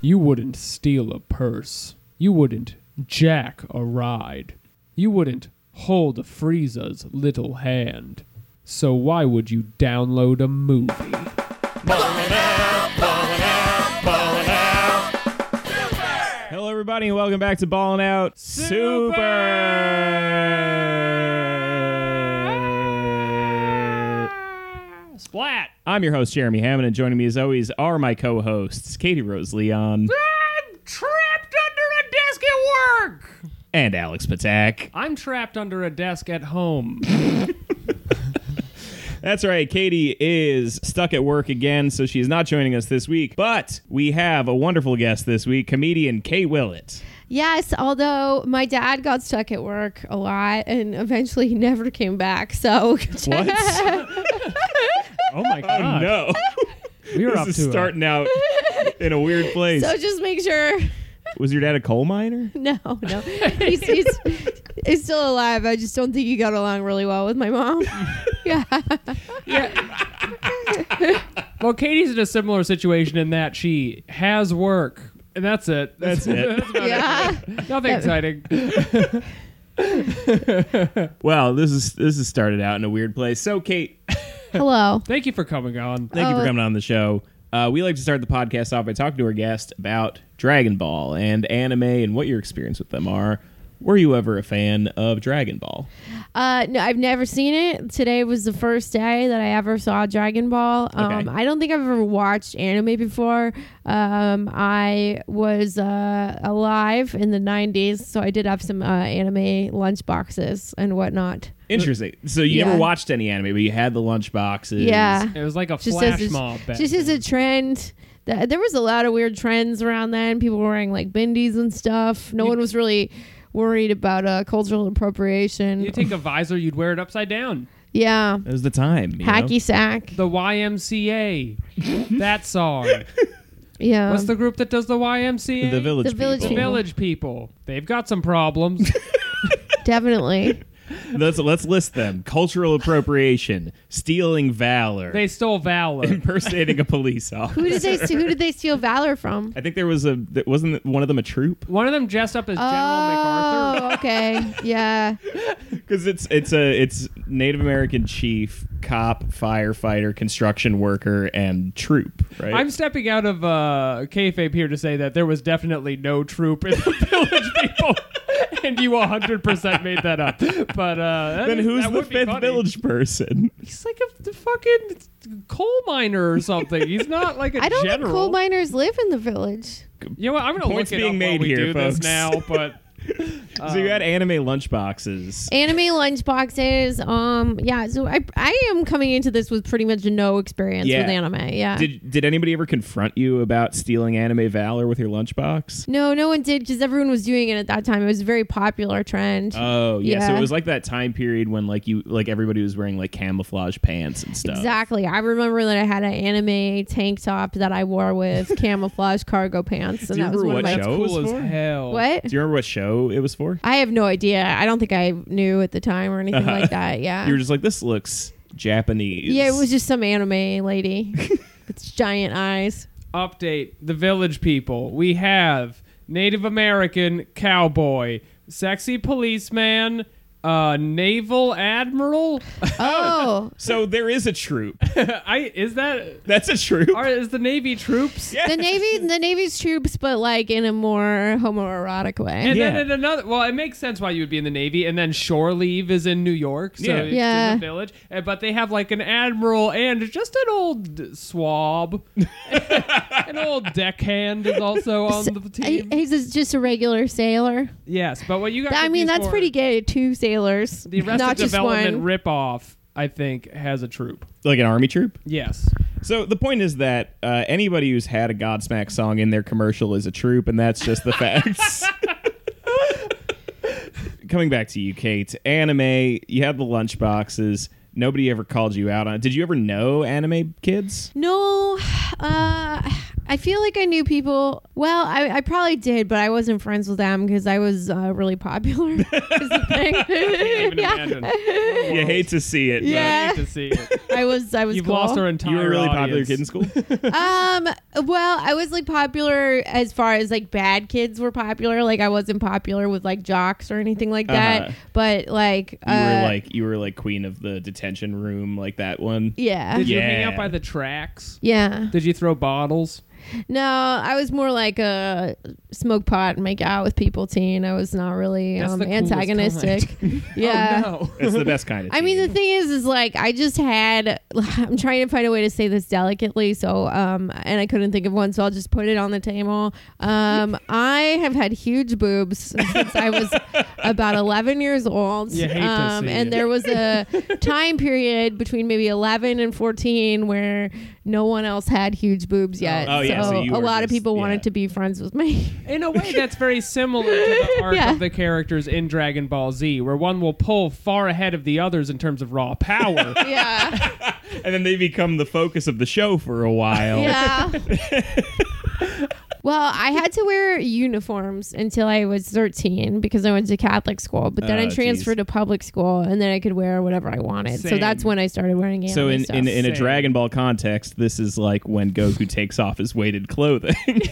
You wouldn't steal a purse. You wouldn't jack a ride. You wouldn't hold a Frieza's little hand. So why would you download a movie? Hello, everybody, and welcome back to Ballin' Out Super. Splat! I'm your host, Jeremy Hammond, and joining me as always are my co hosts, Katie Rose Leon I'm trapped under a desk at work! and Alex Patak. I'm trapped under a desk at home. That's right, Katie is stuck at work again, so she is not joining us this week, but we have a wonderful guest this week, comedian Kate Willett. Yes, although my dad got stuck at work a lot and eventually he never came back. So What? Oh my oh, god. no. We were this up is to starting out in a weird place. so just make sure Was your dad a coal miner? no, no. He's, he's, he's still alive. I just don't think he got along really well with my mom. yeah. a, Well, Katie's in a similar situation in that she has work, and that's it. That's it. That's about Yeah. Nothing exciting. Well, this is this has started out in a weird place. So, Kate, Hello. Thank you for coming on. thank you for Oh. coming on the show. Uh, we like to start the podcast off by talking to our guest about Dragon Ball and anime and what your experience with them are. Were you ever a fan of Dragon Ball? Uh, no, I've never seen it. Today was the first day that I ever saw Dragon Ball. Okay. Um, I don't think I've ever watched anime before. Um, I was uh, alive in the 90s, so I did have some uh, anime lunch boxes and whatnot. Interesting. So you Yeah. never watched any anime, but you had the lunch boxes. Yeah. It was like a Just flash as mob. back just as then. a trend. Th- There was a lot of weird trends around then. People were wearing like bindis and stuff. No one was really worried about uh, cultural appropriation. you take a visor, you'd wear it upside down. yeah. It was the time. you know? Hacky sack. The YMCA. that song. Yeah. What's the group that does the YMCA? The village. The village people. people. Village people. They've got some problems. Definitely. Let's let's list them: cultural appropriation, stealing valor, they stole Valor. impersonating a police officer. Who did they who did they steal valor from? I think there was a th- wasn't one of them a troop One of them dressed up as General MacArthur. Oh, okay. Yeah. because it's it's a it's Native American chief, cop, firefighter, construction worker, and troop. Right? I'm stepping out of uh, kayfabe here to say that there was definitely no troop in the village people, and you 100% made that up. But uh, that then is- who's that the would be fifth funny. village person? He's like a the fucking coal miner or something. He's not like a I don't general. think coal miners live in the village. You know what? I'm gonna Points look it being up made while we here, do folks. this now. But so you Um, had anime lunchboxes. Anime lunchboxes. Um yeah, so I I am coming into this with pretty much no experience Yeah. with anime. Yeah. Did did anybody ever confront you about stealing anime valor with your lunchbox? no, no one did because everyone was doing it at that time. It was a very popular trend. Oh yeah. so Yeah. it was like that time period when like you like everybody was wearing like camouflage pants and stuff. Exactly. I remember that I had an anime tank top that I wore with camouflage cargo pants, and you that was one remember of what my show? it was cool as for? hell. what. Do you remember what show it was for? I have no idea. I don't think I knew at the time or anything Uh-huh. like that. Yeah. You were just like, this looks Japanese. Yeah, it was just some anime lady with giant eyes. Update the village people. We have Native American cowboy, sexy policeman, uh, naval admiral. Oh, So there is a troop. I is that That's a troop. are is the Navy troops? Yeah. Oh, the navy, the navy's troops, but like in a more homoerotic way. And Yeah. then in another, well, it makes sense why you would be in the Navy. And then shore leave is in New York, so Yeah. it's Yeah. in the village. And, but they have like an admiral and just an old swab. an old deckhand is also on the Uh, He- team. He's a- just a regular sailor. yes, but what you got? I mean, confused that's for- pretty gay. Two sailors, The Arrested not just Development one. ripoff, I think, has a troop. like an army troop. Yes. So the point is that uh, anybody who's had a Godsmack song in their commercial is a troop, and that's just the facts. Coming back to you, Kate. Anime. You had the lunch boxes. Nobody ever called you out on it. Did you ever know anime kids? no, uh, I feel like I knew people. Well, I, I probably did, but I wasn't friends with them because I was uh, really popular. is the thing. Even yeah, imagine. You hate to see it. but Yeah. I hate to see it. I was. I was. You've cool. lost our entire You were a really popular audience. kid in school. Um, Well, I was like popular as far as like bad kids were popular. Like I wasn't popular with like jocks or anything like that. Uh-huh. But like, You were uh, like you were like queen of the detention room, like that one. yeah, Did you hang out Yeah. by the tracks? yeah. Did you throw bottles? No, I was more like a smoke pot and make out with people teen. I was not really That's um, the coolest antagonistic. yeah. Oh, no. That's the best kind of. I mean, the teen. thing is, is like I just had. I'm trying to find a way to say this delicately, so um, and I couldn't think of one, so I'll just put it on the table. Um, I have had huge boobs since I was about 11 years old. You hate to um, see and it. there was a time period between maybe 11 and 14 where no one else had huge boobs yet. Oh, yeah, so you a were lot of just- people yeah. wanted to be friends with me. In a way, that's very similar to the arc Yeah. of the characters in Dragon Ball Z, where one will pull far ahead of the others in terms of raw power. yeah, and then they become the focus of the show for a while. Yeah. well, I had to wear uniforms until I was 13 because I went to Catholic school, but then Oh, I transferred geez. to public school and then I could wear whatever I wanted. So Same. that's when I started wearing anime So in, stuff. in, in a Same. Dragon Ball context, this is like when Goku takes off his weighted clothing.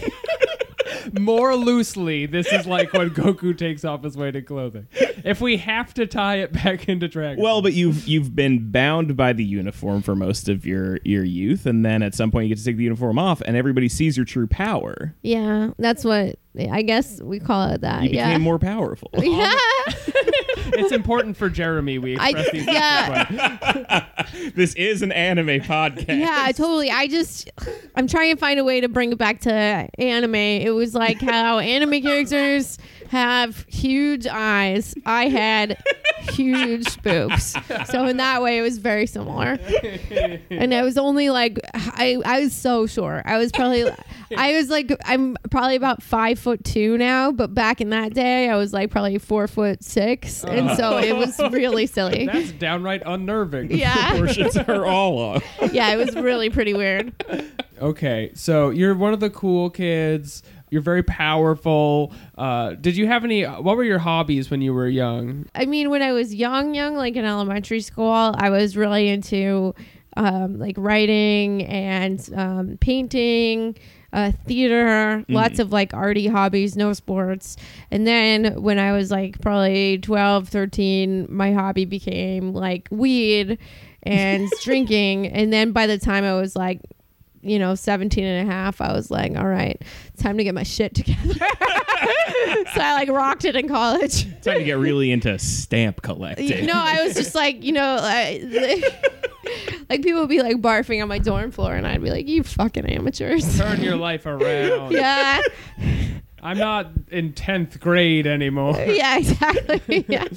More loosely, this is like when Goku takes off his weighted clothing. If we have to tie it back into Dragon well, Ball. but you've you've been bound by the uniform for most of your your youth, and then at some point you get to take the uniform off, and everybody sees your true power. yeah, that's what I guess we call it that. You became yeah. more powerful. yeah. it's important for Jeremy we I- express these things yeah. this way. this is an anime podcast. Yeah, totally. I just, I'm trying to find a way to bring it back to anime. It was like how anime characters have huge eyes. I had huge boobs. So in that way, it was very similar. And I was only like, I, I was so short. I was probably, I was like, I'm probably about five foot two now, but back in that day, I was like probably four foot six. And so it was really silly. That's downright unnerving. Yeah. Proportions are all off. Yeah, it was really pretty weird. Okay, so you're one of the cool kids. You're very powerful. Uh, did you have any? What were your hobbies when you were young? I mean, when I was young, young, like in elementary school, I was really into um, like writing and um, painting, uh, theater, lots of like arty hobbies, no sports. And then when I was like probably 12, 13, my hobby became like weed and drinking. And then by the time I was like, you know, 17 and a half, I was like, all right, it's time to get my shit together. so I like rocked it in college. Time to get really into stamp collecting. No, I was just like, you know, I, like people would be like barfing on my dorm floor, and I'd be like, you fucking amateurs. Turn your life around. yeah, I'm not in tenth grade anymore. yeah, exactly. Yeah.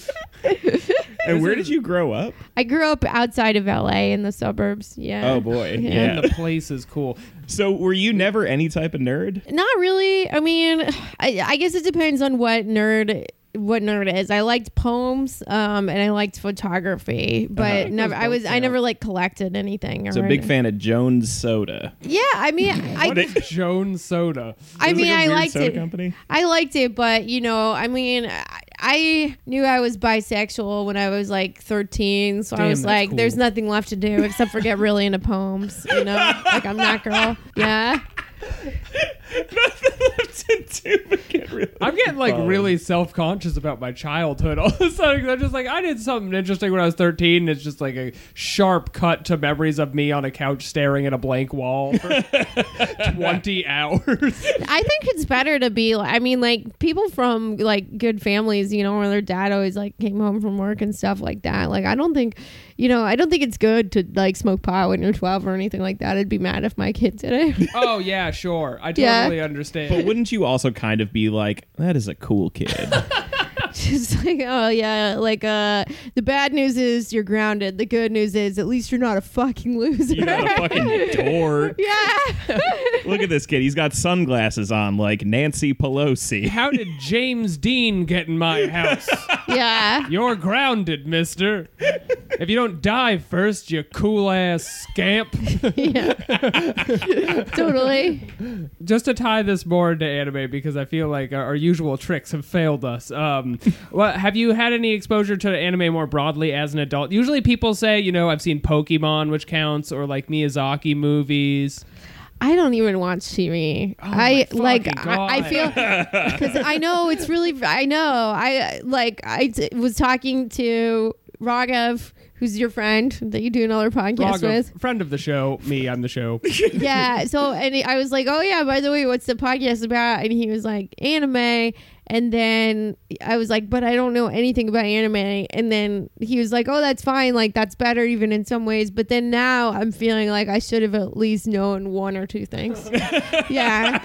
and where did you grow up? I grew up outside of LA in the suburbs. Yeah. Oh boy. Yeah. And the place is cool. So were you never any type of nerd? Not really. I mean, I, I guess it depends on what nerd what nerd is. I liked poems, um, and I liked photography, but Uh-huh. never. I Those was. both I never count. like collected anything. Or So big fan of Jones Soda. Yeah, I mean, I What is Joan Soda? I Is it mean, like a I weird liked soda it. Company. I liked it, but you know, I mean, I, I knew I was bisexual when I was like 13, so Damn, I was that's like, cool. there's nothing left to do except for get really into poems, you know? like, I'm that girl. Yeah. I'm getting like Following. really self conscious about my childhood all of a sudden. 'cause I'm just like, I did something interesting when I was 13. And it's just like a sharp cut to memories of me on a couch staring at a blank wall for 20 hours. I think it's better to be, like- I mean, like, people from like good families, you know, where their dad always like came home from work and stuff like that. Like, I don't think, you know, I don't think it's good to like smoke pot when you're 12 or anything like that. I'd be mad if my kid did it. oh, yeah, sure. I Yeah. totally understand. But wouldn't you also kind of be like, that is a cool kid? Just like, oh yeah, like uh the bad news is you're grounded. The good news is at least you're not a fucking loser. you got a fucking dork. yeah. Look at this kid. He's got sunglasses on like Nancy Pelosi. How did James Dean get in my house? Yeah. You're grounded, mister. If you don't die first, you cool ass scamp. Yeah. totally. just to tie this more into anime because I feel like our, our usual tricks have failed us. Um, well, have you had any exposure to anime more broadly as an adult? Usually, people say, you know, I've seen Pokemon, which counts, or like Miyazaki movies. I don't even watch TV. I my like. fucking I, I God. feel because I know it's really. I know. I like. I t- was talking to Raghav, who's your friend that you do another Raghav, podcast with. friend of the show, me, I'm the show. yeah. So and he- I was like, oh yeah, by the way, what's the podcast about? And he was like, anime. And then I was like, but I don't know anything about anime. And then he was like, oh, that's fine. Like that's better even in some ways. But then now I'm feeling like I should have at least known one or two things. yeah.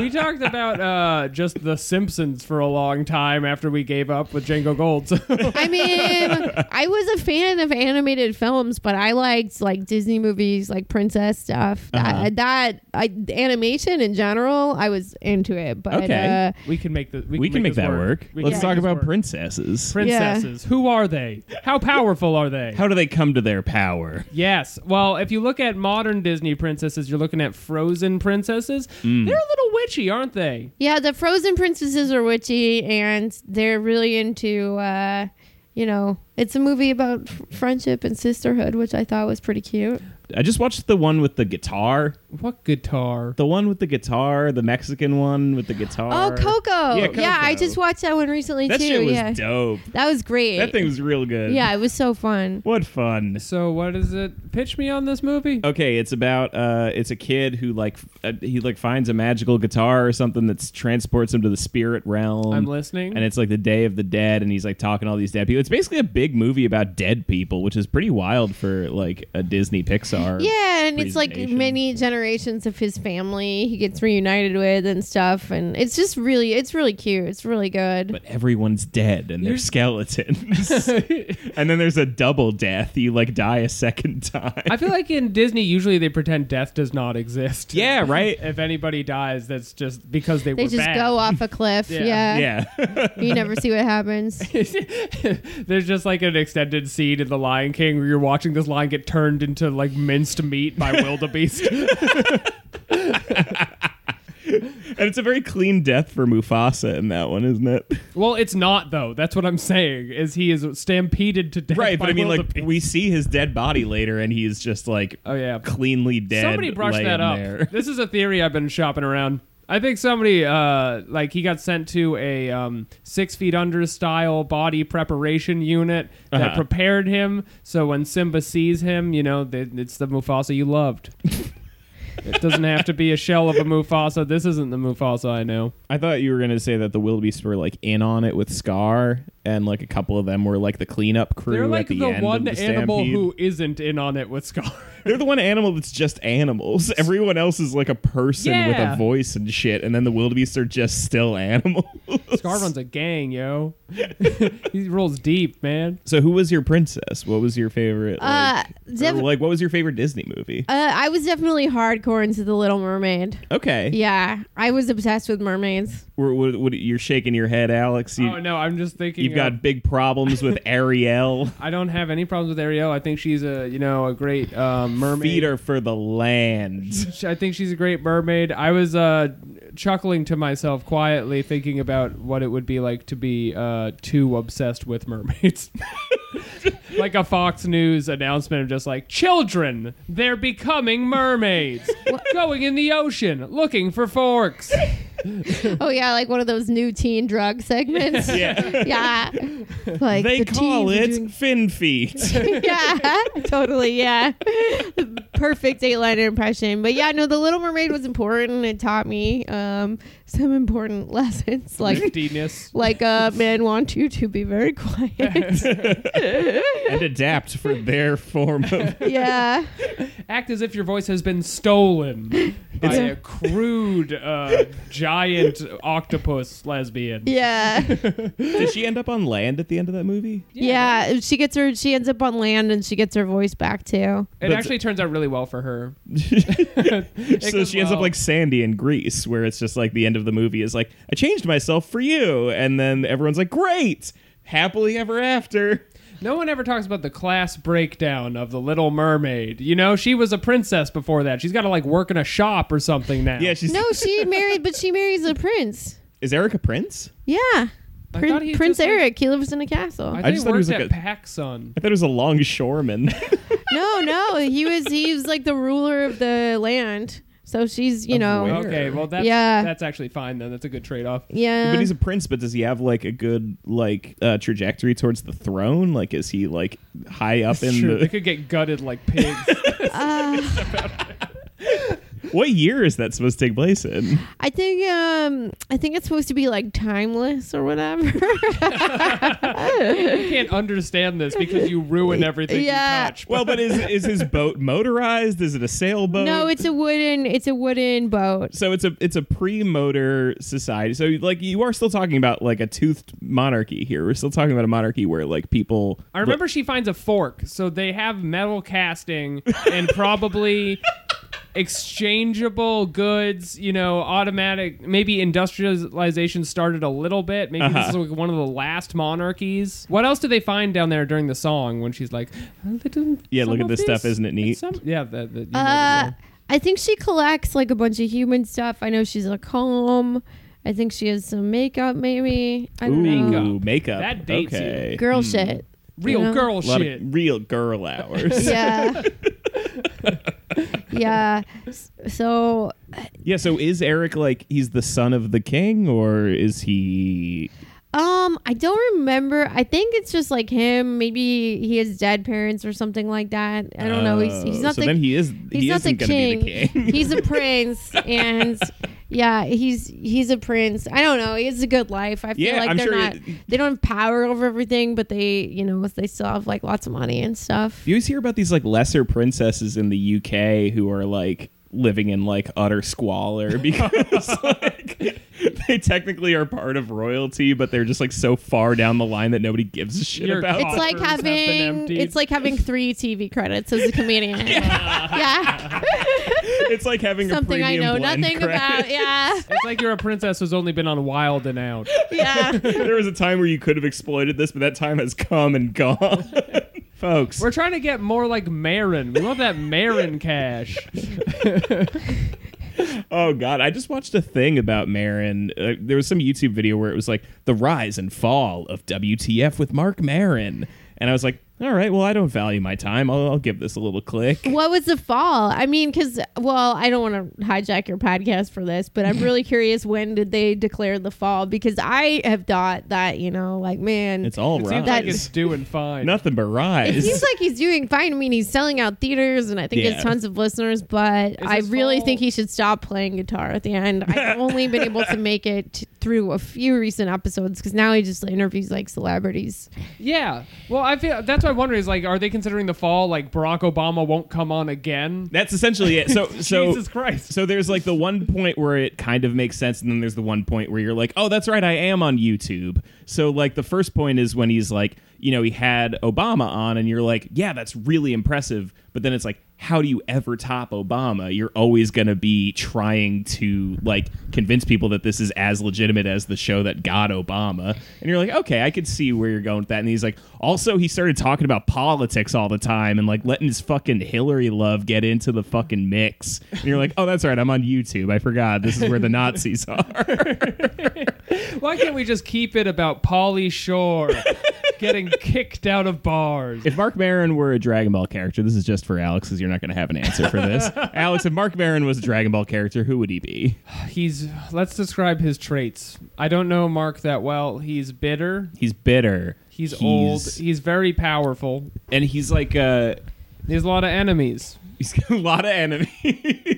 we talked about uh, just The Simpsons for a long time after we gave up with Django Gold. I mean, I was a fan of animated films, but I liked like Disney movies, like princess stuff. Uh-huh. That, that I, animation in general, I was into it. But Okay. uh, we can make the we, We can make this that work. We Let's can talk make this about work. princesses. princesses. Who are they? How powerful are they? How do they come to their power? Yes. Well, if you look at modern Disney princesses, you're looking at frozen princesses. Mm. They're a little witchy, aren't they? Yeah, the frozen princesses are witchy, and they're really into, uh, you know, it's a movie about f- friendship and sisterhood, which I thought was pretty cute. I just watched the one with the guitar. What guitar? The one with the guitar, the Mexican one with the guitar. oh, Coco! Yeah, Yeah, Coco. I just watched that one recently That too. shit was yeah, dope. that was great. That thing was real good. yeah, it was so fun. What fun. So what is it? Pitch me on this movie. Okay, it's about uh, it's a kid who like f- uh, he like finds a magical guitar or something that transports him to the spirit realm. I'm listening. um, And it's like the Day of the Dead, and he's like talking to all these dead people. It's basically a big movie about dead people, which is pretty wild for like a Disney Pixar. Yeah, and it's like presentation. many generations of his family he gets reunited with and stuff, and it's just really, it's really cute. It's really good. But everyone's dead, and they're You're- skeletons. and then there's a double death. You like die a second time. I feel like in Disney, usually they pretend death does not exist. yeah, right. If anybody dies, that's just because they, they were just bad. go off a cliff. Yeah. yeah. Yeah. you never see what happens. There's just like an extended scene in The Lion King where you're watching this lion get turned into like minced meat by wildebeest. And it's a very clean death for Mufasa in that one, isn't it? well, it's not though. That's what I'm saying. Is he is stampeded to death? Right, by but I mean, like, wildebeest. we see his dead body later, and he's just like Oh yeah. cleanly dead. somebody brushed laying that up. there. This is a theory I've been shopping around. I think somebody, uh, like he got sent to a um, six feet under style body preparation unit that Uh-huh. prepared him. So when Simba sees him, you know, th- it's the Mufasa you loved. it doesn't have to be a shell of a Mufasa. This isn't the Mufasa I know. I thought you were gonna say that the wildebeests were like in on it with Scar, and like a couple of them were like the cleanup crew. They're like at the, the, end one of the animal stampede. who isn't in on it with Scar. They're the one animal that's just animals. Everyone else is like a person with Yeah. a voice and shit, and then the wildebeests are just still animals. Scar runs a gang, yo. he rolls deep, man. So, who was your princess? What was your favorite? Uh, Like, or, def- uh, like what was your favorite Disney movie? I was definitely hardcore into The Little Mermaid. Okay, Uh, Yeah, I was obsessed with mermaids. We're- we're- what- you're shaking your head, Alex. You, oh no, I'm just thinking. You've of- got big problems with Ariel. I don't have any problems with Ariel. I think she's a you know a great uh, mermaid. Feet are for the land. Sh- I think she's a great mermaid. I was uh, chuckling to myself quietly, thinking about what it would be like to be uh, too obsessed with mermaids. like a Fox News announcement of just like, children, they're becoming mermaids, going in the ocean, looking for forks. Oh yeah, like one of those new teen drug segments. Yeah. yeah, like They the call teens are it fin feet. doing- yeah, totally. Yeah, perfect eightliner impression. But yeah, no, The Little Mermaid was important. It taught me um, some important lessons, like Liftiness. like uh, men want you to be very quiet. and adapt for their form of. yeah. Act as if your voice has been stolen by It's- a crude uh, giant octopus lesbian. Yeah. Did she end up on land at the end of that movie? Yeah, she gets her. She ends up on land, and she gets her voice back too. It But- actually turns out really well for her. so she ends up like Sandy in Greece, where it's just like the end of the movie is like, I changed myself for you. And then everyone's like, great. Happily ever after. No one ever talks about the class breakdown of the Little Mermaid. You know, she was a princess before that. She's got to like work in a shop or something now. Yeah, she's. No, she married, but she marries a prince. Is Eric a prince? Yeah, I Prin- thought he Prince just, like- Eric. he lives in a castle. I, I think just just thought he was, worked like, at a- PacSun. I thought it was a longshoreman. no, no, he was he was like the ruler of the land. So she's, you Of know, where? Okay, well that's Yeah. that's actually fine then. That's a good trade off. yeah. but he's a prince. But does he have like a good like uh, trajectory towards the throne? Like, is he like high up in Sure, they the? could get gutted like pigs. What year is that supposed to take place in? I think um I think it's supposed to be like timeless or whatever. you can't understand this because you ruin everything Yeah. you touch. Well, but is is his boat motorized? Is it a sailboat? no, it's a wooden it's a wooden boat. so it's a it's a pre-motor society. So like you are still talking about like a toothed monarchy here. We're still talking about a monarchy where like people. I remember she finds a fork, so they have metal casting and probably exchangeable goods, you know, automatic. Maybe industrialization started a little bit. Maybe Uh-huh. this is like one of the last monarchies. What else do they find down there during the song when she's like, "A little- Yeah, some look at of this stuff, isn't it and neat?" some-" yeah, that, that, you know, Uh the- I think she collects like a bunch of human stuff. I know she's a comb. I think she has some makeup maybe. I don't Ooh, Hmm. know. makeup. That dates you. okay. Girl shit. real you know? girl A lot shit. of real girl hours. Yeah. yeah. S- So yeah. So is Eric like he's the son of the king, or is he? Um, I don't remember. I think it's just like him. Maybe he has dead parents or something like that. I don't know. He's, he's Oh, not so the then he is. he's he not the isn't gonna king. Be the king. he's a prince, and yeah, he's he's a prince. I don't know. It's a good life. I feel Yeah, like I'm they're sure not. it- they don't have power over everything, but they you know they still have like lots of money and stuff. You always hear about these like lesser princesses in the UK who are like living in like utter squalor because like they technically are part of royalty, but they're just like so far down the line that nobody gives a shit You're- about. It's like coffers have been having emptied. it's like having three TV credits as a comedian. yeah. It's like having something a I premium know blend nothing credit. about. Yeah, It's like you're a princess who's only been on Wild and Out. yeah. There was a time where you could have exploited this, but that time has come and gone, folks. We're trying to get more like Marin. We want that Marin cash. Oh God! I just watched a thing about Marin. Uh, there was some YouTube video where it was like the rise and fall of WTF with Mark Marin, and I was like, "All right, well, I don't value my time. I'll, I'll give this a little click." What was the fall? I mean, because well, I don't want to hijack your podcast for this, but I'm really curious when did they declare the fall? Because I have thought that you know, like man, It's all It rise. seems like it's doing fine. Nothing but it rise. seems like he's doing fine. I mean, he's selling out theaters, and I think he Yeah. has tons of listeners. But I his really fall- think he should stop playing guitar at the end. I've only been able to make it t- through a few recent episodes because now he just interviews like celebrities. Yeah. Well, I feel that's what I'm wondering is like, are they considering the fall like Barack Obama won't come on again? That's essentially it. So, so Jesus Christ. So there's like the one point where it kind of makes sense, and then there's the one point where you're like, oh, that's right, I am on YouTube. So like the first point is when he's like, you know, he had Obama on, and you're like, yeah, that's really impressive. But then it's like, how do you ever top Obama? You're always gonna be trying to like convince people that this is as legitimate as the show that got Obama. And you're like, okay, I could see where you're going with that. And he's like, also, he started talking about politics all the time and like letting his fucking Hillary love get into the fucking mix. And you're like, oh, that's right. I'm on YouTube. I forgot. This is where the Nazis are. Why can't we just keep it about Polly Shore getting kicked out of bars? if Mark Maron were a Dragon Ball character, this is just for Alex because you're not going to have an answer for this. Alex, if Mark Maron was a Dragon Ball character, who would he be? He's let's describe his traits. I don't know Mark that well. He's bitter. He's bitter. He's, old. He's very powerful. And he's like, uh, He has a lot of enemies. he's got a lot of enemies. He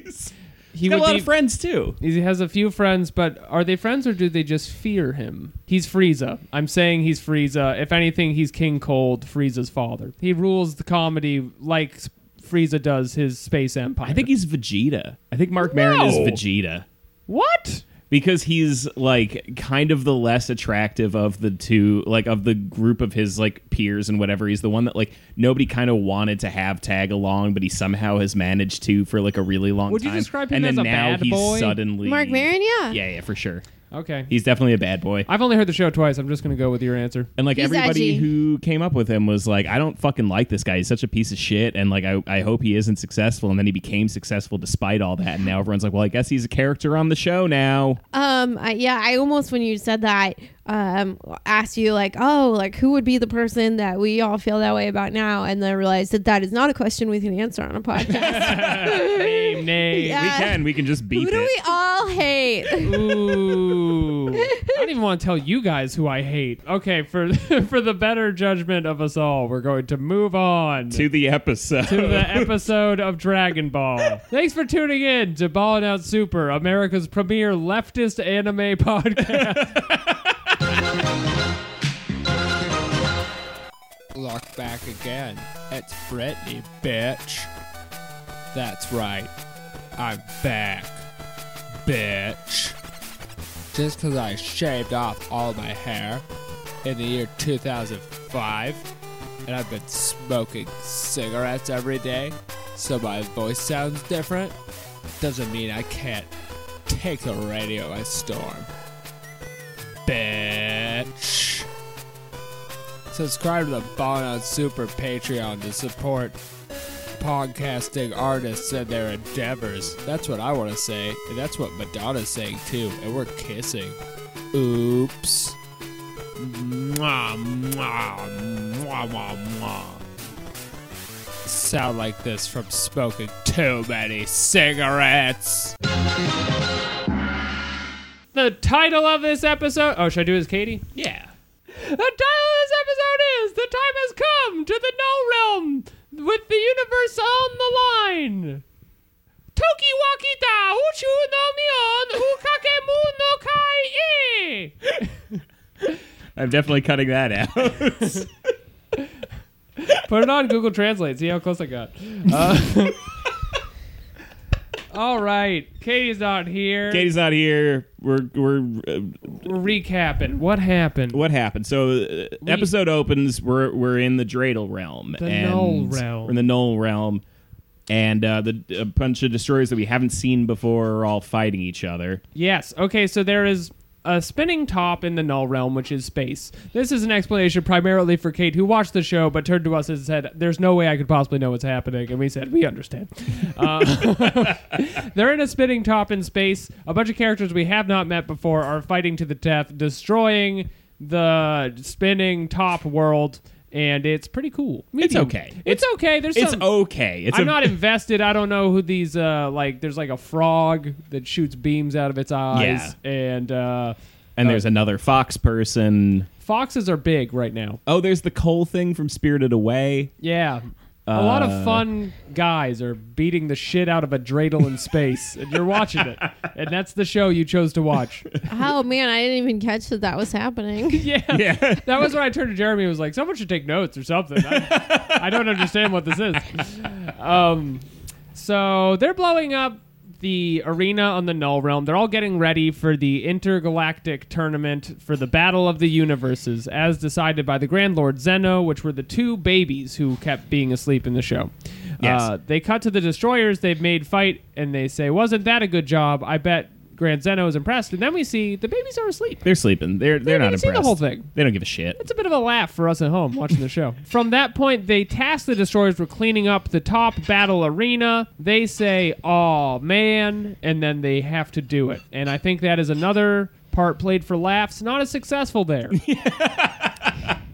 He's got a would lot be- of friends too. He has a few friends, but are they friends or do they just fear him? He's Frieza. I'm saying he's Frieza. If anything, he's King Cold, Frieza's father. He rules the comedy like S- Frieza does his space empire. I think he's Vegeta. I think Mark Maron is No. Vegeta. what? because he's like kind of the less attractive of the two like of the group of his like peers and whatever he's the one that like nobody kind of wanted to have tag along but he somehow has managed to for like a really long Would you time describe him and as then a now bad he's boy? suddenly Mark Maron, yeah. yeah yeah for sure Okay. he's definitely a bad boy I've only heard the show twice. I'm just going to go with your answer. and like He's everybody edgy. who came up with him was like, I don't fucking like this guy. He's such a piece of shit. And like, I, I hope he isn't successful. And then he became successful despite all that. And now everyone's like, well, I guess he's a character on the show now. Um, I, yeah, I almost when you said that, um, asked you like, oh, like who would be the person that we all feel that way about now, and then realized that that is not a question we can answer on a podcast. name, name. Yeah. We can. We can just beep who do it. we all hate? Ooh. I don't even want to tell you guys who I hate. Okay, for for the better judgment of us all, we're going to move on To the episode. to the episode of Dragon Ball. Thanks for tuning in to Ballin' Out Super, America's premier leftist anime podcast. Look back again. It's Brittany, bitch. That's right. I'm back, bitch. Just because I shaved off all my hair in the year 2005 and I've been smoking cigarettes every day, so my voice sounds different, doesn't mean I can't take the radio by storm. Bitch. Subscribe to the Ballin' Out Super Patreon to support podcasting artists and their endeavors. That's what I want to say, and that's what Madonna's saying too, and we're kissing. Oops. Mwah, mwah, mwah, mwah, mwah. Sound like this from smoking too many cigarettes. The title of this episode. Oh, should I do it as Katie? Yeah. The title of this episode is The Time Has Come to the No Realm with the universe on the line. Toki wakita uchu no mion ukake mu no kai e. I'm definitely cutting that out. Put it on Google Translate. See how close I got. Uh, all right, Katie's not here. Katie's not here. We're we're uh, We're recapping what happened. what happened? So uh, episode opens. We're we're in the dreidel realm. The and Null Realm. We're in the null realm, and uh, the a bunch of destroyers that we haven't seen before are all fighting each other. Yes. Okay, so there is a spinning top in the null realm, which is space. This is an explanation primarily for Kate, who watched the show but turned to us and said, There's no way I could possibly know what's happening. And we said, We understand. Uh, they're in a spinning top in space. A bunch of characters we have not met before are fighting to the death, destroying the spinning top world. And it's pretty cool. Medium. okay. It's, okay. There's It's some, okay. It's I'm a- not invested. I don't know who these uh like there's like a frog that shoots beams out of its eyes and uh And there's another fox person. foxes are big right now. Oh, there's the Cole thing from Spirited Away. Yeah. a lot Uh, of fun guys are beating the shit out of a dreidel in space and you're watching it. And that's the show you chose to watch. oh man, I didn't even catch that that was happening. yeah. Yeah. That was when I turned to Jeremy and was like, someone should take notes or something. I, I don't understand what this is. Um, so they're blowing up the arena on the Null Realm. They're all getting ready for the intergalactic tournament for the Battle of the Universes, as decided by the Grand Lord Zeno, which were the two babies who kept being asleep in the show. Yes. Uh, they cut to the destroyers they've made fight, and they say, Wasn't that a good job? I bet Grand Zeno is impressed. And then we see the babies are asleep. They're sleeping. They're they're They not didn't see impressed. the whole thing. They don't give a shit. It's a bit of a laugh for us at home watching the show. From that point, they task the destroyers with cleaning up the top battle arena. They say, "Oh man," and then they have to do it. And I think that is another part played for laughs. Not as successful there.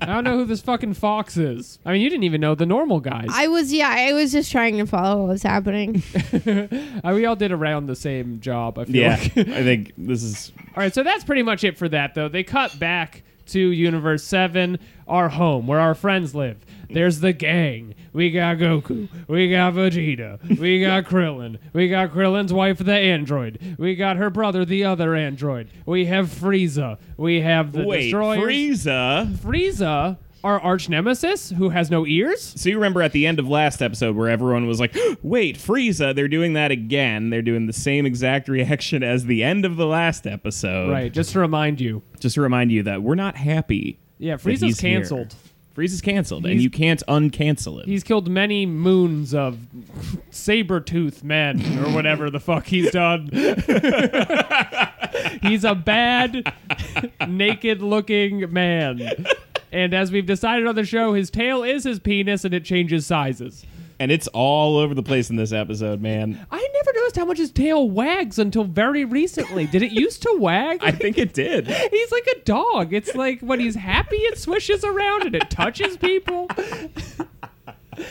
I don't know who this fucking fox is. I mean, you didn't even know the normal guys. I was yeah, I was just trying to follow what was happening. Uh, we all did around the same job. I feel Yeah, like. I think this is All right, so that's pretty much it for that, though. They cut back to Universe 7, our home, where our friends live. There's the gang. We got Goku. We got Vegeta. We got Krillin. We got Krillin's wife, the android. We got her brother, the other android. We have Frieza. We have the wait destroyers. Frieza. Frieza, our arch nemesis, who has no ears. So you remember at the end of last episode where everyone was like, "Wait, Frieza!" They're doing that again. They're doing the same exact reaction as the end of the last episode. Right, just to remind you. Just to remind you that we're not happy. Yeah, that Frieza's he's here. canceled. Frieza's canceled, and He's- you can't uncancel it. He's killed many moons of saber-toothed men or whatever the fuck he's done. he's a bad, naked-looking man. And as we've decided on the show, his tail is his penis and it changes sizes. And it's all over the place in this episode, man. I never noticed how much his tail wags until very recently. Did it used to wag? I think it did. he's like a dog. It's like when he's happy, it swishes around and it touches people.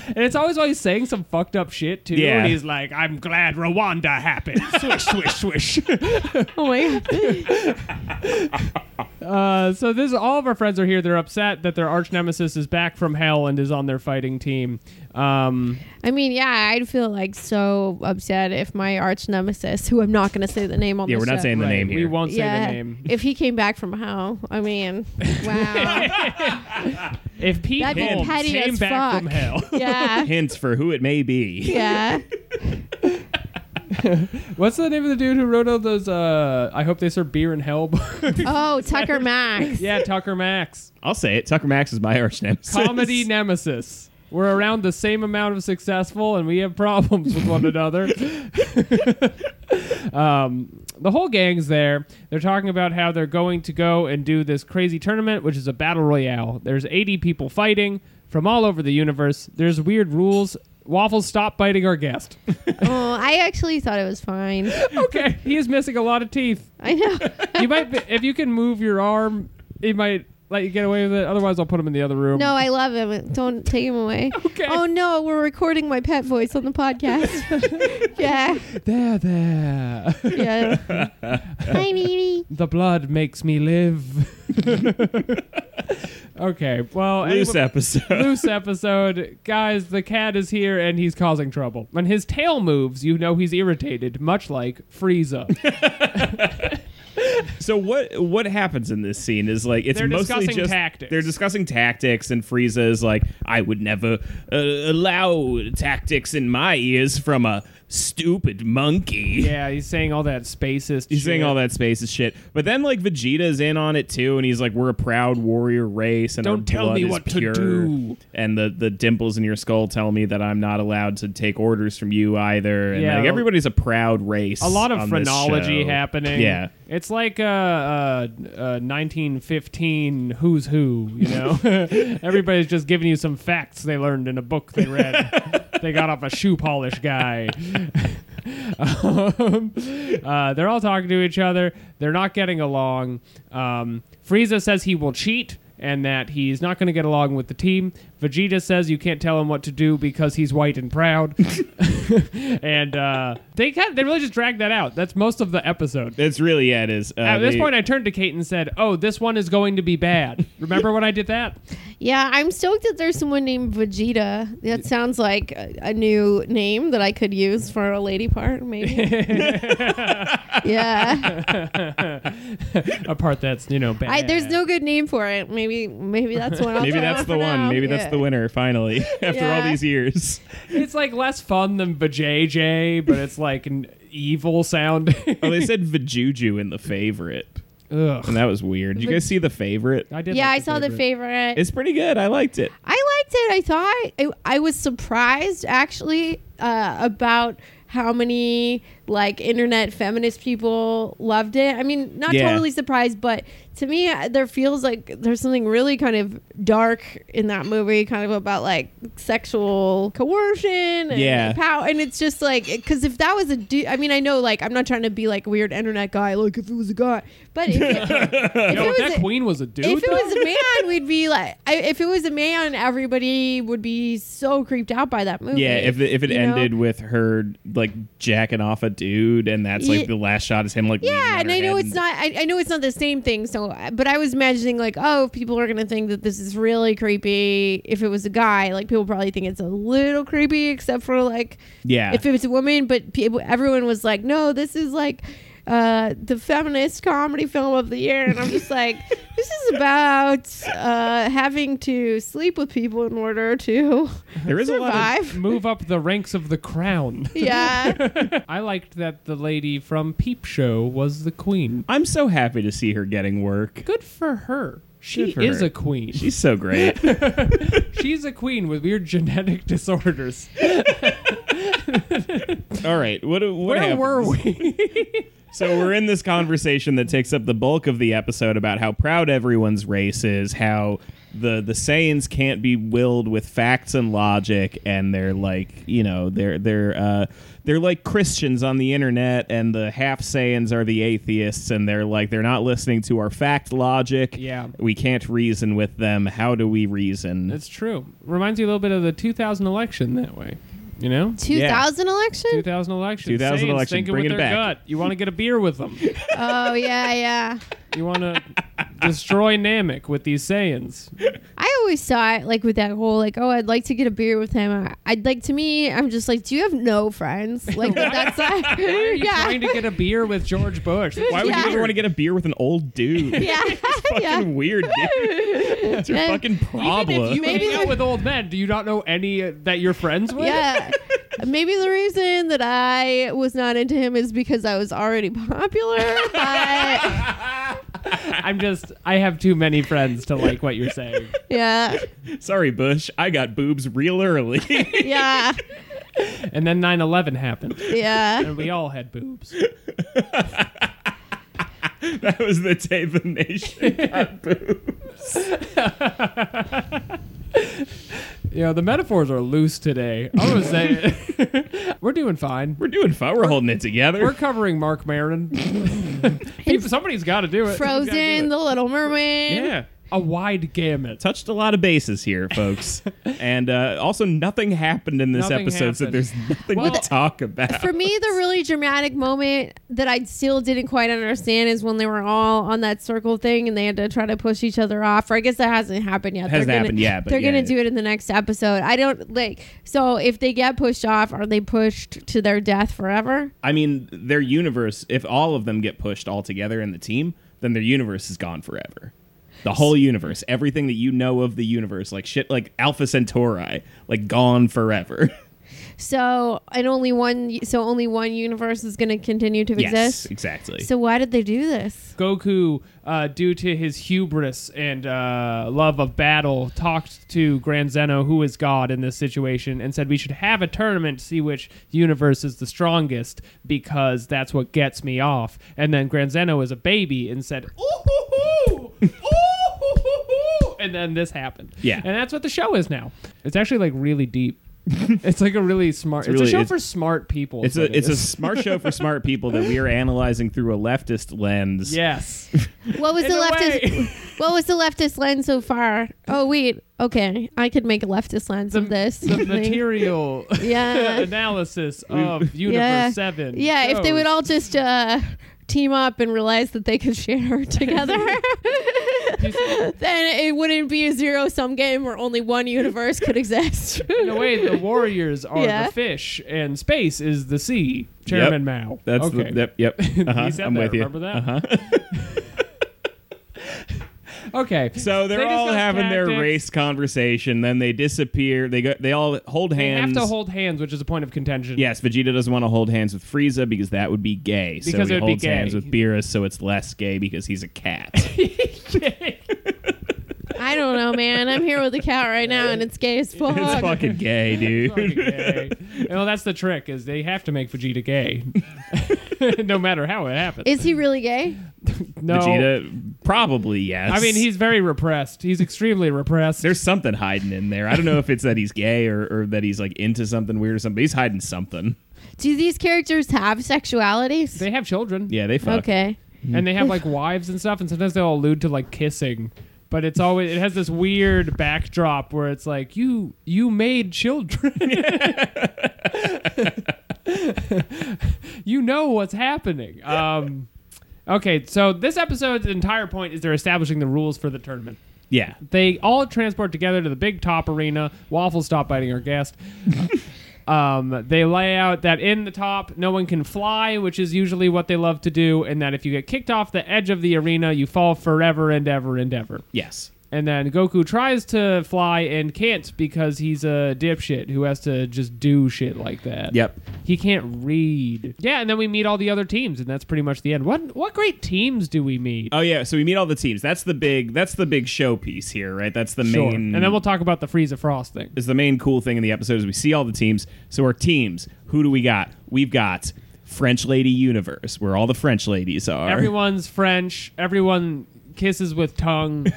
And it's always always saying some fucked up shit too. Yeah. And he's like, "I'm glad Rwanda happened." Swish, swish, swish. Oh my god. Uh, so this all of our friends are here. They're upset that their arch nemesis is back from hell and is on their fighting team. Um, I mean, yeah, I'd feel like so upset if my arch nemesis, who I'm not going to say the name on Yeah, the we're not saying the name We here. won't say the name. if he came back from hell, I mean, wow. If Pete That'd be Holmes petty came as back fuck. from hell, yeah. Hints for who it may be. Yeah. what's the name of the dude who wrote all those? Uh, I hope they serve beer in hell. books? Oh, Tucker Max. yeah, Tucker Max, I'll say it. Tucker Max is my arch nemesis. comedy nemesis. We're around the same amount of successful, and we have problems with one another. um, the whole gang's there. They're talking about how they're going to go and do this crazy tournament, which is a battle royale. There's 80 people fighting from all over the universe. There's weird rules. Waffles, stop biting our guest. Oh, I actually thought it was fine. okay, he is missing a lot of teeth. I know. You might, be, if you can move your arm, it might let you get away with it. Otherwise, I'll put him in the other room. No, I love him. Don't take him away. Okay. Oh no, we're recording my pet voice on the podcast. yeah. There, there. Yeah. Hi, Mimi. the blood makes me live. okay, well, Loose anyway- episode. loose episode, guys. The cat is here and he's causing trouble. When his tail moves, you know he's irritated, much like Frieza. So what what happens in this scene is like it's They're mostly discussing just tactics. they're discussing tactics, and Frieza is like, I would never uh, allow tactics in my ears from a stupid monkey. yeah, he's saying all that spacist. He's saying shit. all that spaces shit, but then like Vegeta is in on it too, and he's like, "We're a proud warrior race, and our Don't tell blood me is what to pure." do. And the the dimples in your skull tell me that I'm not allowed to take orders from you either. And Yeah. like everybody's a proud race. a lot of on this phrenology show. happening. Yeah, it's like uh, uh, uh, 1915 Who's Who. You know, everybody's just giving you some facts they learned in a book they read. they got off a shoe polish guy. um, uh, they're all talking to each other. They're not getting along. Um, Frieza says he will cheat. And that he's not going to get along with the team. Vegeta says you can't tell him what to do because he's white and proud. and uh, they kind they really just dragged that out. That's most of the episode. it's really yeah, it is. Uh, At this the- point, I turned to Kate and said, "Oh, this one is going to be bad." Remember when I did that? Yeah, I'm stoked that there's someone named Vegeta. That sounds like a, a new name that I could use for a lady part, maybe. yeah. A part that's you know bad. I, there's no good name for it. Maybe maybe that's one. I'll Maybe try that's out the for one. now. Maybe that's Yeah. the winner finally after all Yeah. these years. It's like less fun than Vajayjay, but it's like an evil sound. Oh, they said Vajuju in the favorite. Ugh. And that was weird. Did you guys see the favorite? I did. Yeah, I like saw the favorite. It's pretty good. I liked it. I liked it. I thought I, I was surprised actually uh, about how many like internet feminist people loved it. I mean, not Yeah. totally surprised, but to me, uh, there feels like there's something really kind of dark in that movie, kind of about like sexual coercion and Yeah. power. And it's just like because if that was a dude, I mean, I know like I'm not trying to be like a weird internet guy. Like if it was a guy, but if it, if it No, if was that a- queen was a dude. if it though- was a man, we'd be like, I, if it was a man, everybody would be so creeped out by that movie. Yeah, if it, if it you know? ended with her like jacking off a dude, and that's like Ye- the last shot is him like leaning Yeah, on and her I know head and- it's not. I, I know it's not the same thing. So, but I was imagining like, oh, if people are gonna think that this is really creepy. If it was a guy, like people probably think it's a little creepy, except for like Yeah, if it was a woman. But people, everyone was like, no, this is like uh, the feminist comedy film of the year, and I'm just like, this is about uh, having to sleep with people in order to there is a lot. Of, survive. Move up the ranks of the crown. yeah. I liked that the lady from Peep Show was the queen. I'm so happy to see her getting work. Good for her. She Good for is her. a queen. She's so great. She's a queen with weird genetic disorders. All right, what what Where happens? were we? So we're in this conversation that takes up the bulk of the episode about how proud everyone's race is, how the the sayings can't be willed with facts and logic and they're like you know they're they're uh they're like christians on the internet and the half sayings are the atheists and they're like they're not listening to our fact logic Yeah. we can't reason with them how do we reason That's true. Reminds you a little bit of the 2000 election that way. You know? 2000 election? 2000 election. 2000 Saiyans election, Thinking bring with it their back. gut. You want to get a beer with them. Oh yeah, yeah. You want to destroy Namek with these sayings. I always saw it like with that whole like, oh, I'd like to get a beer with him. I- I'd like to me. I'm just like, do you have no friends? Like that's like, Why are you yeah, trying to get a beer with George Bush? why would Yeah. you ever want to get a beer with an old dude yeah, yeah. fucking weird dude it's your And fucking If problem you Maybe hang out like- with old men, do you not know any uh, that you're friends with? yeah. Maybe the reason that I was not into him is because I was already popular, but I'm just, I have too many friends to like what you're saying. yeah, sorry bush i got boobs real early yeah, And then 9 11 happened, yeah. and we all had boobs. that was the day the nation got boobs You know, the metaphors are loose today. I was saying, we're doing fine. We're doing fine. We're, holding it together. We're covering Mark Maron. People- Somebody's got to do it. Frozen, The Little Mermaid. yeah. A wide gamut. Touched a lot of bases here, folks. and uh, also, nothing happened in this Nothing episode, so happened. there's nothing Well, to talk about. For me, the really dramatic moment that I still didn't quite understand is when they were all on that circle thing and they had to try to push each other off. Or I guess that hasn't happened yet. Hasn't they're gonna, happened yet, but they're yeah, gonna yeah. do it in the next episode. I don't like. So if they get pushed off, are they pushed to their death forever? I mean, their universe, if all of them get pushed all together in the team, then their universe is gone forever. The whole universe, everything that you know of the universe, like shit, like Alpha Centauri, like gone forever. So and only one. So only one universe is gonna continue to yes, exist. exactly. So why did they do this? Goku, uh, due to his hubris and uh, love of battle, talked to Grand Zeno, who is God in this situation, and said we should have a tournament to see which universe is the strongest because that's what gets me off. And then Grand Zeno is a baby and said, ooh, hoo, hoo, ooh, hoo, hoo, hoo," and then this happened. Yeah. and that's what the show is now. It's actually like really deep. it's like a really smart. It's, really- a show it's- for smart people. it's is a what it it's a is. smart show for smart people that we are analyzing through a leftist lens. yes. What was In the a leftist? way. what was the leftist lens so far? Oh wait, okay, I could make a leftist lens of this. the thing. material Yeah. analysis of Universe Yeah. Seven. Yeah, if they would shows. all just uh, team up and realize that they could share together, then it wouldn't be a zero sum game where only one universe could exist. in a way, the warriors are Yeah. the fish, and space is the sea. Chairman Mao. That's okay. the, yep, yep. Uh-huh. said I'm that, with you. remember that? Uh-huh. okay. So they're They all discuss having their tactics. race conversation. Then they disappear. They go. They all hold They hands. have to hold hands, which is a point of contention. Yes, Vegeta doesn't want to hold hands with Frieza because that would be gay. so Because he it would be holds hands gay. with Beerus, so it's less gay because he's a cat. I don't know, man. I'm here with a cat right now, and it's gay as fuck. it's fucking gay, Fucking dude. gay. well, that's the trick is they have to make Vegeta gay, no matter how it happens. Is he really gay? no, Vegeta, probably yes. I mean he's very repressed. He's extremely repressed. There's something hiding in there. I don't know if it's that he's gay or, or that he's like into something weird or something. but He's hiding something. Do these characters have sexualities? they have children. Yeah, they fuck. okay. and they have like wives and stuff, and sometimes they'll allude to like kissing. But it's always it has this weird backdrop where it's like you you made children. you know what's happening. Um, okay, so this episode's entire point is they're establishing the rules for the tournament. Yeah. They all transport together to the big top arena. Waffle, stop biting our guest. um, they lay out that in the top, no one can fly, which is usually what they love to do, and that if you get kicked off the edge of the arena, you fall forever and ever and ever. Yes. And then Goku tries to fly and can't because he's a dipshit who has to just do shit like that. Yep. He can't read. Yeah, and then we meet all the other teams, and that's pretty much the end. What what great teams do we meet? Oh yeah, so we meet all the teams. That's the big that's the big showpiece here, right? That's the Sure. main And then we'll talk about the Frieza Frost thing. is the main cool thing in the episode is we see all the teams. So our teams, who do we got? We've got French Lady Universe, where all the French ladies are. Everyone's French. Everyone kisses with tongue.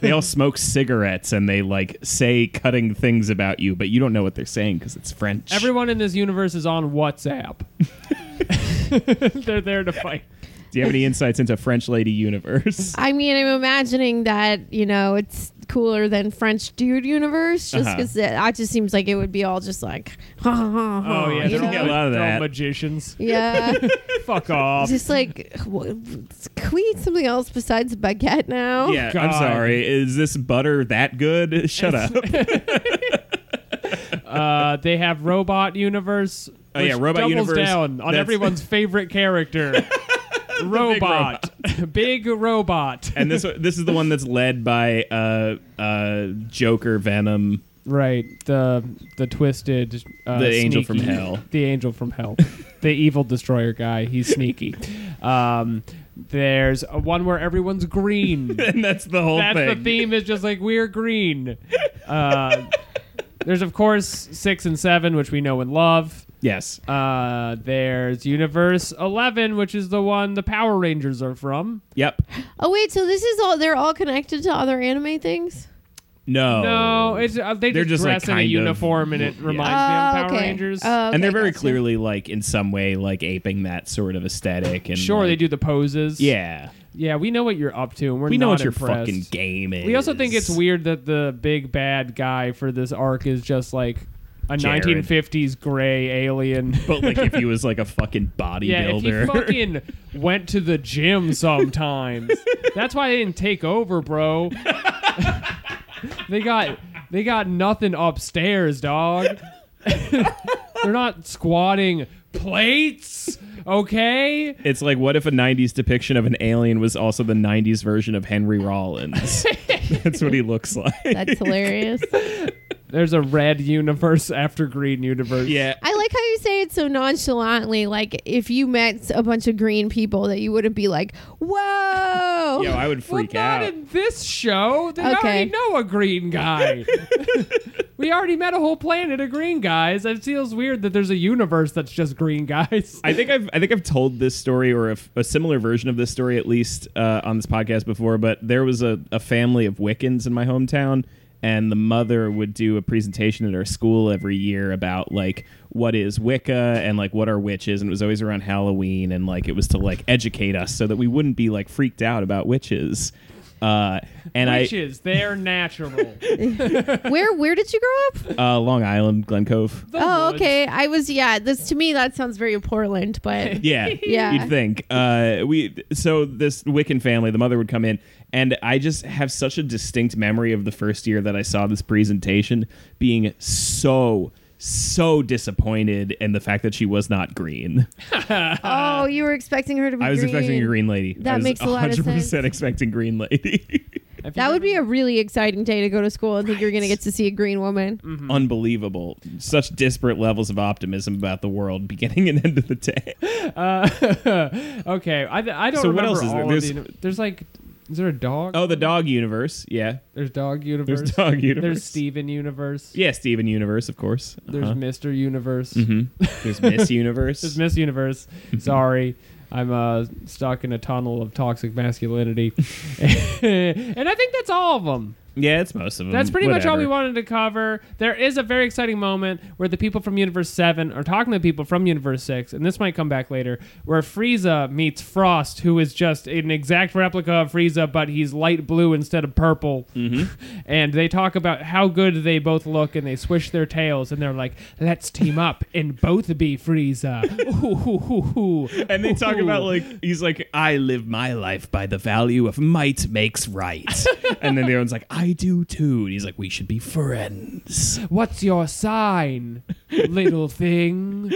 They all smoke cigarettes and they like say cutting things about you, but you don't know what they're saying because it's French. Everyone in this universe is on WhatsApp. They're there to fight. Do you have any insights into French lady universe? I mean, I'm imagining that you know it's cooler than French dude universe, just Uh-huh. because that just seems like it would be all just like, ha ha ha. ha, Oh yeah, you they're don't get all, a know? lot of they're all that. magicians. yeah. Fuck off. just like, w- w- can we eat something else besides baguette now? yeah, I'm Oh, God. sorry. Is this butter that good? Shut up. Uh, they have Robot Universe. Oh, yeah, which Robot doubles Universe, down on that's- everyone's favorite character. robot. Big robot. and this this is the one that's led by uh, uh, Joker Venom. Right. The the twisted uh, The angel sneaky- from hell. The angel from hell. the evil destroyer guy. He's sneaky. Um, there's a one where everyone's green. And that's the whole That's thing. the theme is just like we're green. Uh, there's of course six and seven, which we know and love. Yes. Uh, there's Universe Eleven, which is the one the Power Rangers are from. Yep. Oh wait, so this is all they're all connected to other anime things? No. No, it's uh, they Oh. They're just, just, like, dress in a kind of- uniform, and it Yeah. reminds me Oh, of Power okay. Rangers. Oh, okay, and they're very gotcha. clearly like in some way like aping that sort of aesthetic. And sure, like- they do the poses. Yeah. yeah, we know what you're up to, and we're we know not what your impressed. fucking game is. We also think it's weird that the big bad guy for this arc is just like a Jared. 1950s gray alien. But like if he was like a fucking Yeah, if bodybuilder. he fucking went to the gym sometimes. That's why they didn't take over, bro. they got they got nothing upstairs, dog. They're not squatting plates, okay? it's like what if a 90s depiction of an alien was also the 90s version of Henry Rollins? That's what he looks like. That's hilarious. There's a red universe after green universe. Yeah. I like how you say it so nonchalantly. Like if you met a bunch of green people, that you wouldn't be like, "Whoa!" Yo, I would Well, freak not out. in this show. They Okay. already know a green guy. we already met a whole planet of green guys. It feels weird that there's a universe that's just green guys. I think I've I think I've told this story or a, f- a similar version of this story at least uh, on this podcast before. But there was a, a family of Wiccans in my hometown, and the mother would do a presentation at our school every year about like what is Wicca and like what are witches, and it was always around Halloween, and like it was to like educate us so that we wouldn't be like freaked out about witches. Uh, and Witches, they're natural. Where Where did you grow up? I uh, Long Island, Glen Cove. The Oh, woods. okay. I was yeah. This to me that sounds very Portland, but Yeah. Yeah. You'd think. Uh, we so this Wiccan family, the mother would come in, and I just have such a distinct memory of the first year that I saw this presentation being so so disappointed and the fact that she was not green. oh, you were expecting her to be. I was expecting a green lady. That I was makes a lot of sense. expecting green lady. Have That you would ever- be a really exciting day to go to school and think you're going to get to see a green woman. Mm. Mm-hmm. Unbelievable. Such disparate levels of optimism about the world beginning and end of the day. Uh, okay, I, I don't So what remember else is there? all There's- Of the, uni- there's like, is there a dog? Oh, the dog universe. Yeah. there's dog universe. There's dog universe. There's Steven universe. Yeah, Steven universe, of course. There's Uh-huh. Mister universe. There's Miss Universe. There's Miss Universe. Sorry. I'm uh, stuck in a tunnel of toxic masculinity, and I think that's all of them. Yeah, it's most of them. That's pretty much all we Mm, Whatever. wanted to cover. There is a very exciting moment where the people from Universe 7 are talking to the people from Universe 6, and this might come back later, where Frieza meets Frost, who is just an exact replica of Frieza, but he's light blue instead of purple. and they talk about how good they both look, and they swish their tails, and they're like, let's team up and both be Frieza. Ooh, hoo, hoo, hoo. And they talk Ooh. about like he's like, I live my life by the value of might makes right, and then the other one's like, I do too. And he's like, we should be friends. What's your sign, little thing?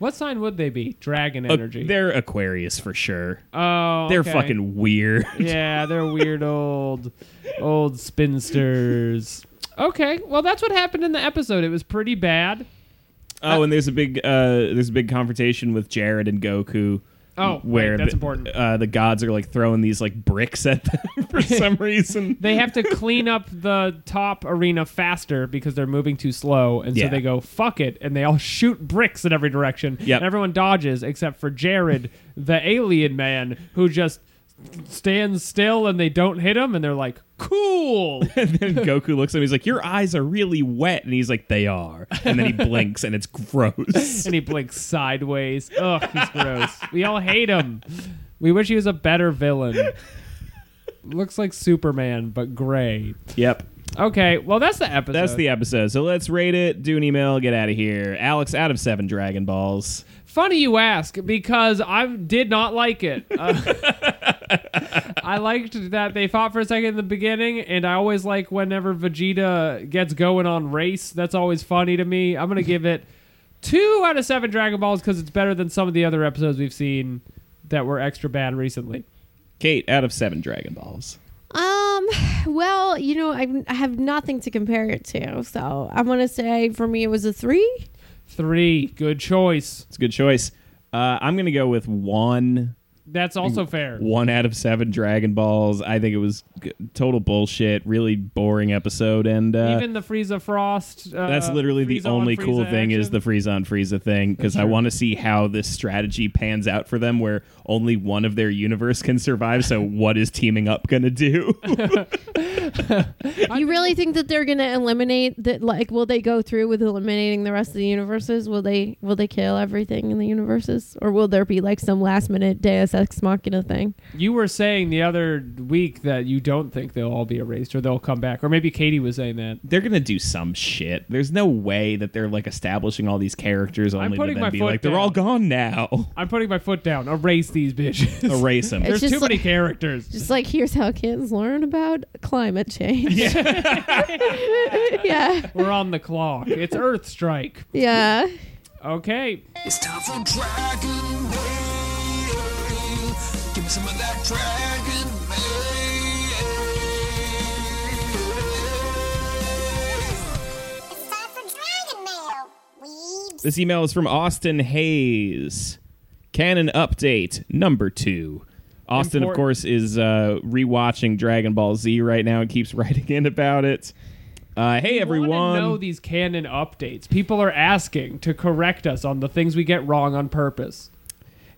what sign would they be? Dragon Uh, energy. they're Aquarius for sure. oh, They're okay. fucking weird. Yeah, they're weird old, old spinsters. Okay, well that's what happened in the episode. It was pretty bad. Oh, and there's a big uh, there's a big confrontation with Jared and Goku. Oh, where wait, that's the, important. Uh, the gods are like throwing these like bricks at them for some reason. They have to clean up the top arena faster because they're moving too slow, and Yeah. so they go fuck it, and they all shoot bricks in every direction. Yep. and everyone dodges except for Jared, the alien man, who just stands still and they don't hit him, and they're like, cool. And then Goku looks at him. He's like, "Your eyes are really wet," and he's like, "They are." And then he blinks, and it's gross. and he blinks sideways. Ugh, he's gross. We all hate him. We wish he was a better villain. Looks like Superman, but gray. yep, Okay, well, that's the episode. that's the episode. So let's rate it. Do an email. Get out of here, Alex. Out of seven Dragon Balls. Funny you ask, because I did not like it. Uh, I liked that they fought for a second in the beginning, and I always like whenever Vegeta gets going on race. That's always funny to me. I'm going to give it two out of seven Dragon Balls because it's better than some of the other episodes we've seen that were extra bad recently. Kate, out of seven Dragon Balls. Um, well, you know, I, I have nothing to compare it to, so I'm gonna say for me it was a three. Three. Good choice. It's a good choice. Uh, I'm gonna go with one. That's also fair. One out of seven Dragon Balls. I think it was g- total bullshit. Really boring episode. And uh, Even the Frieza Frost. Uh, That's literally the Frieza on only cool Frieza thing is action. the freeze on Frieza thing because I want to see how this strategy pans out for them, where only one of their universe can survive. So what is teaming up gonna do? You really think that they're gonna eliminate that? Like, will they go through with eliminating the rest of the universes? Will they will they kill everything in the universes, or will there be like some last minute Deus Ex Machina thing? You were saying the other week that you don't think they'll all be erased or they'll come back, or maybe Katie was saying that. they're gonna do some shit. There's no way that they're like establishing all these characters only to putting my then be foot like they're all gone now. I'm putting my foot down. Erase these bitches. Erase them. There's just too many like- characters. Just like here's how kids learn about climate change. Yeah, yeah, We're on the clock. It's Earth Strike. yeah. Okay. It's time for Dragon Mail. Give me some of that Dragon Mail. It's time for Dragon Mail. Weebs. This email is from Austin Hayes. Canon update number two. Austin, Import- of course, is uh, rewatching Dragon Ball Z right now and keeps writing in about it. Uh, hey want everyone! to know these canon updates. People are asking to correct us on the things we get wrong on purpose.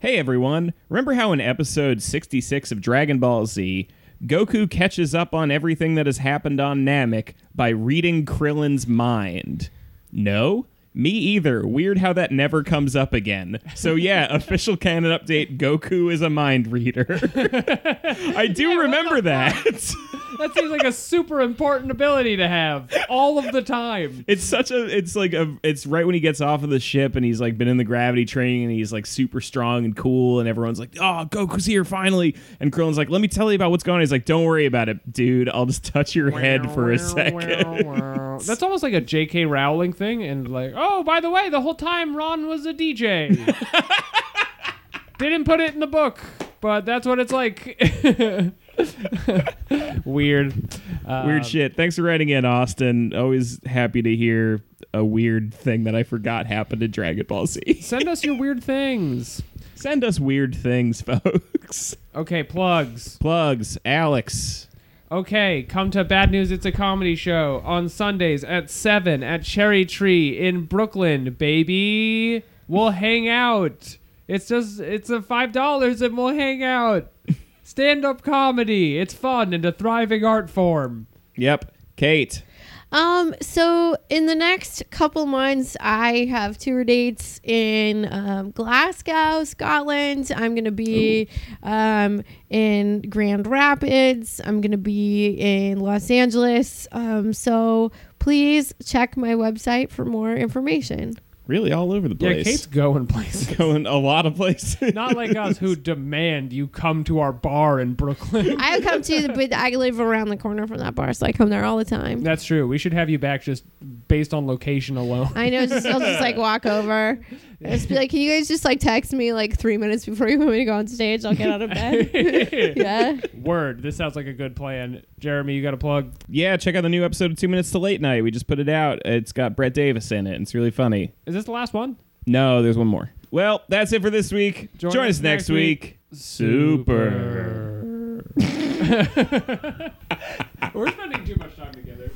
hey everyone! Remember how in episode sixty-six of Dragon Ball Z, Goku catches up on everything that has happened on Namek by reading Krillin's mind? No. Me either. Weird how that never comes up again. So yeah, official canon update: Goku is a mind reader. I do remember that. That seems like a super important ability to have all of the time. it's such a it's like a it's right when he gets off of the ship and he's like been in the gravity training and he's like super strong and cool and everyone's like, "Oh, Goku's here finally." And Krillin's like, "Let me tell you about what's going on." He's like, "Don't worry about it, dude. I'll just touch your head for a second. That's almost like a J.K. Rowling thing, and like, oh, by the way, the whole time Ron was a DJ. Didn't put it in the book, but that's what it's like. Weird. Uh, weird shit. Thanks for writing in, Austin. Always happy to hear a weird thing that I forgot happened in Dragon Ball Z. Send us your weird things. Send us weird things, folks. Okay, plugs. Plugs, Alex. Okay, come to Bad News It's a Comedy Show on Sundays at 7 at Cherry Tree in Brooklyn, baby. We'll hang out. It's just, it's a $5 and we'll hang out. Stand up comedy. It's fun and a thriving art form. Yep. Kate. Um, so in the next couple months, I have tour dates in um, Glasgow, Scotland. I'm gonna be um, in Grand Rapids. I'm gonna be in Los Angeles. Um, so please check my website for more information. Really all over the Yeah, place. Kate's going places. going a lot of places. Not like us who demand you come to our bar in Brooklyn. I come to, but I live around the corner from that bar, so I come there all the time. That's true. We should have you back just based on location alone. I know. Just, I'll just like walk over. I'll just be like, "Can you guys just like text me like three minutes before you want me to go on stage? I'll get out of bed." yeah. Word. This sounds like a good plan. Jeremy, you got a plug? yeah, check out the new episode of Two Minutes to Late Night. We just put it out. It's got Brett Davis in it. and It's really funny. Is this the last one? No, there's one more. Well, that's it for this week. Join Join, us us, next next week. week. We're spending too much time together.